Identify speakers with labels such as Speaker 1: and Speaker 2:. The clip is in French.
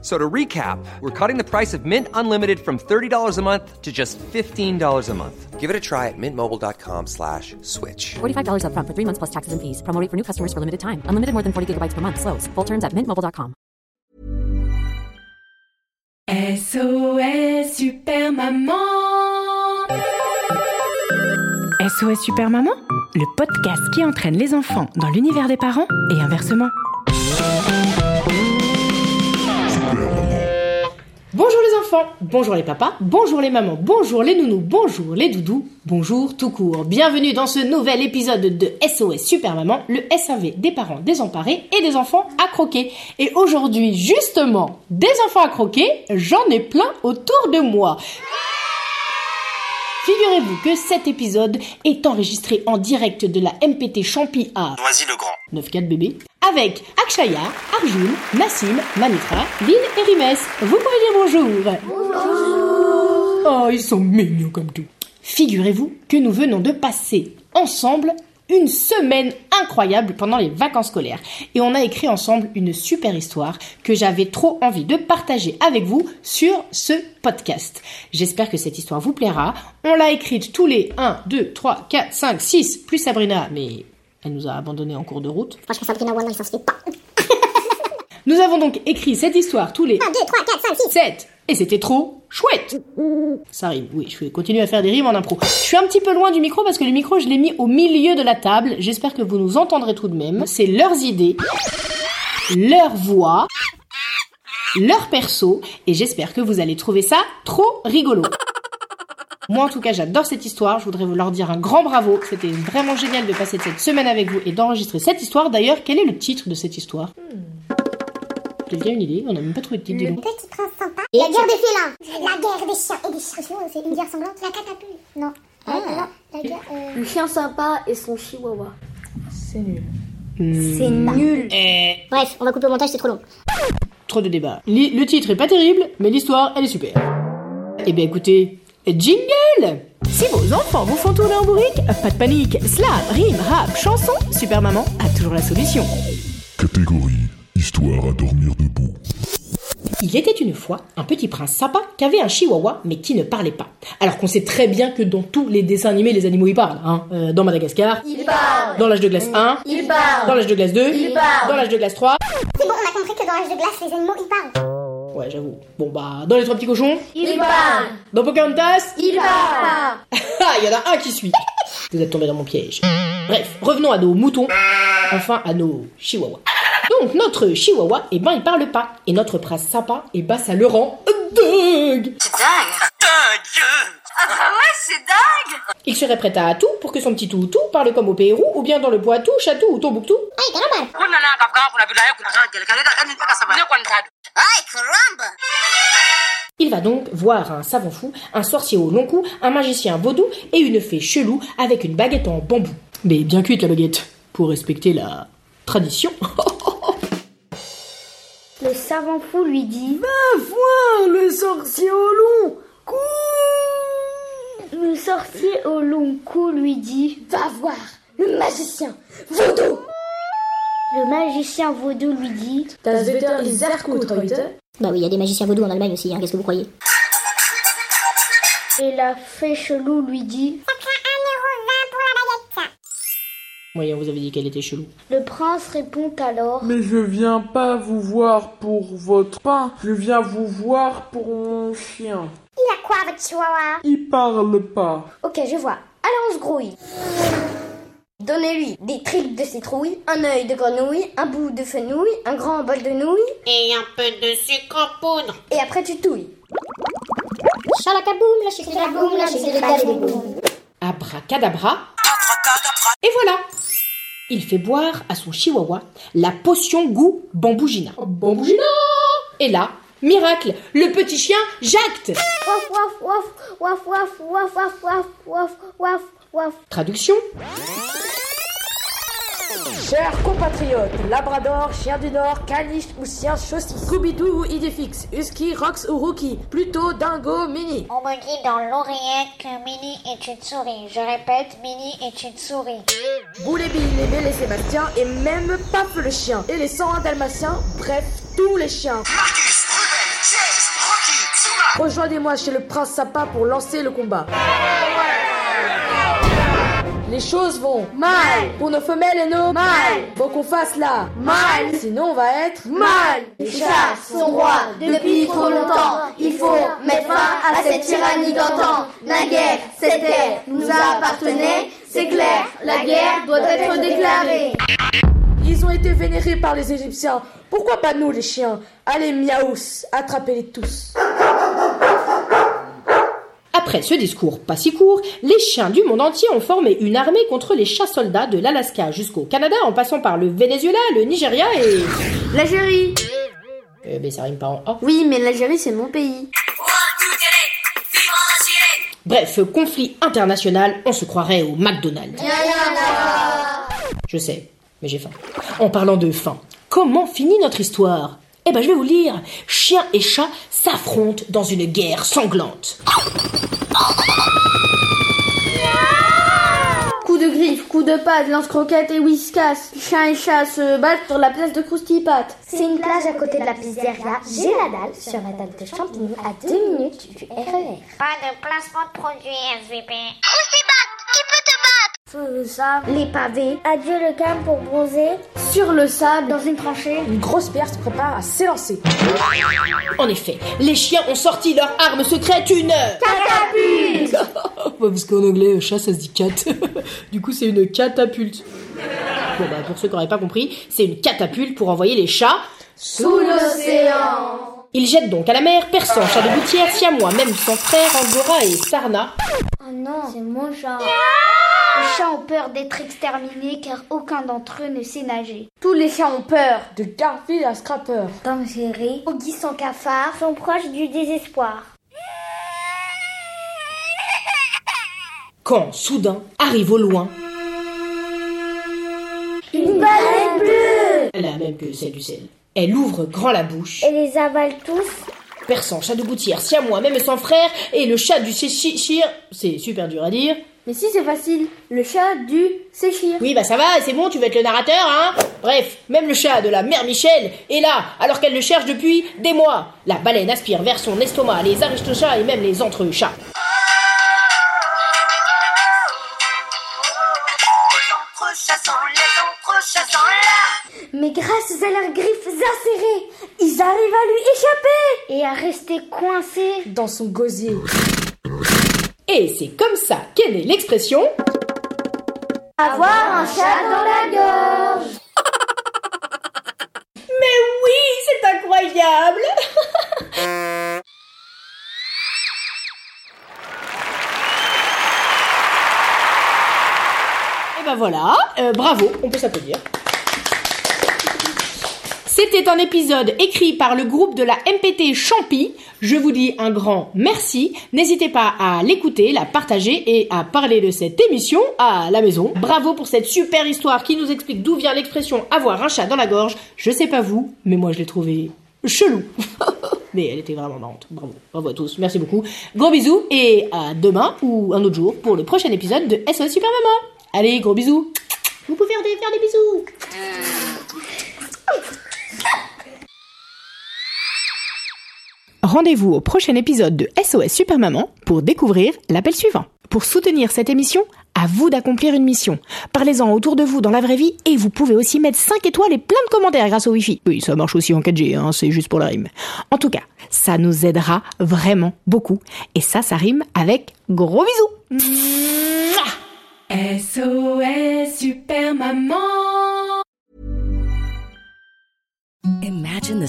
Speaker 1: So to recap, we're cutting the price of Mint Unlimited from $30 a month to just $15 a month. Give it a try at mintmobile.com slash switch.
Speaker 2: $45 upfront for three months plus taxes and fees. Promo rate for new customers for limited time. Unlimited more than 40 gigabytes per month. Slows. Full terms at mintmobile.com.
Speaker 3: SOS Super Maman SOS Super Maman, le podcast qui entraîne les enfants dans l'univers des parents et inversement.
Speaker 4: Bonjour les enfants, bonjour les papas, bonjour les mamans, bonjour les nounous, bonjour les doudous, bonjour tout court. Bienvenue dans ce nouvel épisode de SOS Super Maman, le SAV des parents désemparés et des enfants à croquer. Et aujourd'hui, justement, des enfants à croquer, j'en ai plein autour de moi. Figurez-vous que cet épisode est enregistré en direct de la MPT Champy à
Speaker 5: Noisy-le-Grand.
Speaker 4: 9-4 bébé, avec Akshaya, Arjun, Nassim, Manitra, Lynn et Rimes. Vous pouvez dire bonjour. Bonjour. Oh, ils sont mignons comme tout. Figurez-vous que nous venons de passer ensemble une semaine incroyable pendant les vacances scolaires. Et on a écrit ensemble une super histoire que j'avais trop envie de partager avec vous sur ce podcast. J'espère que cette histoire vous plaira. On l'a écrite tous les 1, 2, 3, 4, 5, 6, plus Sabrina, mais elle nous a abandonnés en cours de route.
Speaker 6: Franchement, Sabrina Wallah, il s'en suit pas.
Speaker 4: Nous avons donc écrit cette histoire tous les
Speaker 6: 1, 2, 3, 4, 5, 6.
Speaker 4: 7 et c'était trop chouette. Ça rime, oui, je vais continuer à faire des rimes en impro. Je suis un petit peu loin du micro parce que le micro, je l'ai mis au milieu de la table. J'espère que vous nous entendrez tout de même. C'est leurs idées, leur voix, leur perso et j'espère que vous allez trouver ça trop rigolo. Moi en tout cas j'adore cette histoire, je voudrais vous leur dire un grand bravo, c'était vraiment génial de passer cette semaine avec vous et d'enregistrer cette histoire. D'ailleurs quel est le titre de cette histoire Quelqu'un a une idée On n'a même pas trouvé de titre. dis donc.
Speaker 6: Petit prince sympa. la guerre des félins. La guerre des chiens et des chiens. C'est une guerre sanglante. La catapulte. Non. La- non, La guerre. euh,
Speaker 7: Le chien sympa et son chihuahua.
Speaker 6: C'est nul. Bref, on va couper au montage, c'est trop long.
Speaker 4: Trop de débat. Li- Le titre est pas terrible, mais l'histoire, elle est super. Eh bien écoutez, jingle
Speaker 3: Si vos enfants vous font tourner en bourrique, pas de panique, slam, rime, rap, chanson, Super Maman a toujours la solution.
Speaker 8: Catégorie Histoire à dormir debout.
Speaker 4: Il était une fois un petit prince sympa qui avait un chihuahua mais qui ne parlait pas. Alors qu'on sait très bien que dans tous les dessins animés, les animaux y parlent. Hein. Euh, dans Madagascar,
Speaker 7: Il parle
Speaker 4: dans l'âge de glace 1,
Speaker 7: Il parle
Speaker 4: dans l'âge de glace 2,
Speaker 7: Il parle.
Speaker 4: dans l'âge de glace 3.
Speaker 6: C'est bon, on a compris que dans l'âge de glace, les animaux, ils parlent.
Speaker 4: Ouais, j'avoue. Bon bah, dans les trois petits cochons,
Speaker 7: Il parle
Speaker 4: dans Pocahontas,
Speaker 7: Il parle
Speaker 4: Ah, il y en a un qui suit. Vous êtes tombé dans mon piège. Bref, revenons à nos moutons. Enfin, à nos chihuahuas. Donc, notre chihuahua, eh ben, il parle pas. Et notre prince sympa, eh ben, ça le rend
Speaker 5: Dingue
Speaker 4: dingue. Il serait prêt à tout pour que son petit toutou parle comme au Pérou, ou bien dans le Poitou, Chatou ou Tombouctou.
Speaker 6: Hey, caramba. Hey, caramba.
Speaker 4: Il va donc voir un savant fou, un sorcier au long cou, un magicien vaudou et une fée chelou avec une baguette en bambou. Mais bien cuite la baguette, pour respecter la tradition.
Speaker 7: Le savant fou lui dit
Speaker 4: le sorcier au long
Speaker 7: Le sorcier au long cou lui dit Va voir le magicien vaudou Le magicien vaudou lui dit
Speaker 6: Bah oui, il y a des magiciens vaudous en Allemagne aussi, hein, qu'est-ce que vous croyez
Speaker 7: Et la fée chelou lui dit
Speaker 4: Voyons, vous avez dit qu'elle était chelou.
Speaker 7: Le prince répond alors
Speaker 9: Mais je viens pas vous voir pour votre pain, je viens vous voir pour mon chien.
Speaker 6: Il a quoi, votre chihuahua
Speaker 9: Il parle pas.
Speaker 7: Ok, je vois. Alors on se grouille. Donnez-lui des tripes de citrouille, un œil de grenouille, un bout de fenouil, un grand bol de nouilles. Et un peu de sucre en poudre. Et après tu touilles.
Speaker 6: Chalakaboum, la chiquitaboum, la chiquitaboum.
Speaker 4: Abracadabra. Et voilà Il fait boire à son chihuahua la potion goût bambougina.
Speaker 10: Oh,
Speaker 4: bambougina Et là, miracle, le petit chien jacte
Speaker 7: Waf waf waf waf waf waf waf waf waf waf waf.
Speaker 4: Traduction
Speaker 10: Chers compatriotes, Labrador, chien du Nord, caniche ou chien chaussis, Scooby-Doo ou Idéfix, Husky, Rox ou Rookie, plutôt Dingo, Mini.
Speaker 11: On me dit dans l'oreillette que Mini est une souris. Je répète, Mini est une souris.
Speaker 10: Boulet Bill, les Belles et Sébastien, et même Paf le chien, et les 101 Dalmatiens, bref, tous les chiens. Rejoignez-moi chez le prince Sapa pour lancer le combat. Les choses vont mal pour nos femelles et nos mâles. Faut qu'on fasse la mal, sinon on va être mal.
Speaker 7: Les chats sont rois depuis trop longtemps. Il faut mettre fin à cette tyrannie d'antan. Naguère, cette terre nous appartenait. C'est clair, la guerre doit être déclarée.
Speaker 10: Ils ont été vénérés par les Égyptiens. Pourquoi pas nous, les chiens Allez, miaous, attrapez-les tous.
Speaker 4: Après ce discours pas si court, les chiens du monde entier ont formé une armée contre les chats-soldats de l'Alaska jusqu'au Canada en passant par le Venezuela, le Nigeria et...
Speaker 7: L'Algérie.
Speaker 4: Euh, mais ça rime pas en or.
Speaker 7: Oui, mais l'Algérie, c'est mon pays.
Speaker 4: Bref, conflit international, on se croirait au McDonald's. Je sais, mais j'ai faim. En parlant de faim, comment finit notre histoire Eh ben, je vais vous lire. Chien et chat s'affrontent dans une guerre sanglante.
Speaker 7: Coup de griffe, coup de patte, lance-croquette et whiskas. Chien et chat se battent sur la place de Croustipat. C'est une plage à côté de la pizzeria. J'ai la dalle sur ma table de champignons à deux minutes du RER.
Speaker 11: Pas de placement de produits SVP.
Speaker 7: Sous le sable, les pavés. Adieu le calme pour bronzer. Sur le sable, dans une tranchée.
Speaker 10: Une grosse pierre se prépare à s'élancer.
Speaker 4: En effet, les chiens ont sorti leur arme secrète une... Oh, bah,
Speaker 7: Catapulte
Speaker 4: Parce qu'en anglais, euh, chat, ça se dit cat. du coup, c'est une catapulte. Bon, bah, pour ceux qui n'auraient pas compris, c'est une catapulte pour envoyer les chats...
Speaker 7: Sous l'océan
Speaker 4: Ils jettent donc à la mer persan, chat de gouttière, siamois, même son frère, angora et sarna.
Speaker 7: Oh non, c'est mon chat. Les chats ont peur d'être exterminés car aucun d'entre eux ne sait nager. Tous les chats ont peur.
Speaker 10: De Garfield à Scrapper.
Speaker 7: Tangeré, Oggy sans cafard sont proches du désespoir.
Speaker 4: Quand, soudain, arrive au loin...
Speaker 7: Une baleine bleue
Speaker 4: La même que celle du sel. Elle ouvre grand la bouche.
Speaker 7: Et les avale tous.
Speaker 4: Persan, chat de gouttière, siamois, même son frère, et le chat du Cheshire... C'est super dur à dire.
Speaker 7: Mais si c'est facile, le chat du séchir.
Speaker 4: Oui, bah ça va, c'est bon, tu veux être le narrateur, hein Bref, même le chat de la mère Michel est là, alors qu'elle le cherche depuis des mois. La baleine aspire vers son estomac les aristochats et même les entrechats.
Speaker 7: Mais grâce à leurs griffes acérées, ils arrivent à lui échapper et à rester coincés.
Speaker 10: Dans son gosier.
Speaker 4: Et c'est comme ça qu'est née l'expression
Speaker 7: Avoir un chat dans la gorge.
Speaker 4: Mais oui, c'est incroyable Et ben voilà, euh, bravo, on peut s'applaudir. C'était un épisode écrit par le groupe de la MPT Champi. Je vous dis un grand merci. N'hésitez pas à l'écouter, la partager et à parler de cette émission à la maison. Bravo pour cette super histoire qui nous explique d'où vient l'expression avoir un chat dans la gorge. Je sais pas vous, mais moi je l'ai trouvée chelou. mais elle était vraiment marrante. Bravo, bravo à tous. Merci beaucoup. Gros bisous et à demain ou un autre jour pour le prochain épisode de SOS Super Maman. Allez, gros bisous. Vous pouvez faire des, faire des bisous.
Speaker 3: Rendez-vous au prochain épisode de SOS Super Maman pour découvrir l'appel suivant. Pour soutenir cette émission, à vous d'accomplir une mission. Parlez-en autour de vous dans la vraie vie et vous pouvez aussi mettre 5 étoiles et plein de commentaires grâce au Wi-Fi. Oui, ça marche aussi en 4G, hein, c'est juste pour la rime. En tout cas, ça nous aidera vraiment beaucoup. Et ça, ça rime avec gros bisous.
Speaker 12: SOS Super Maman.
Speaker 13: Imagine the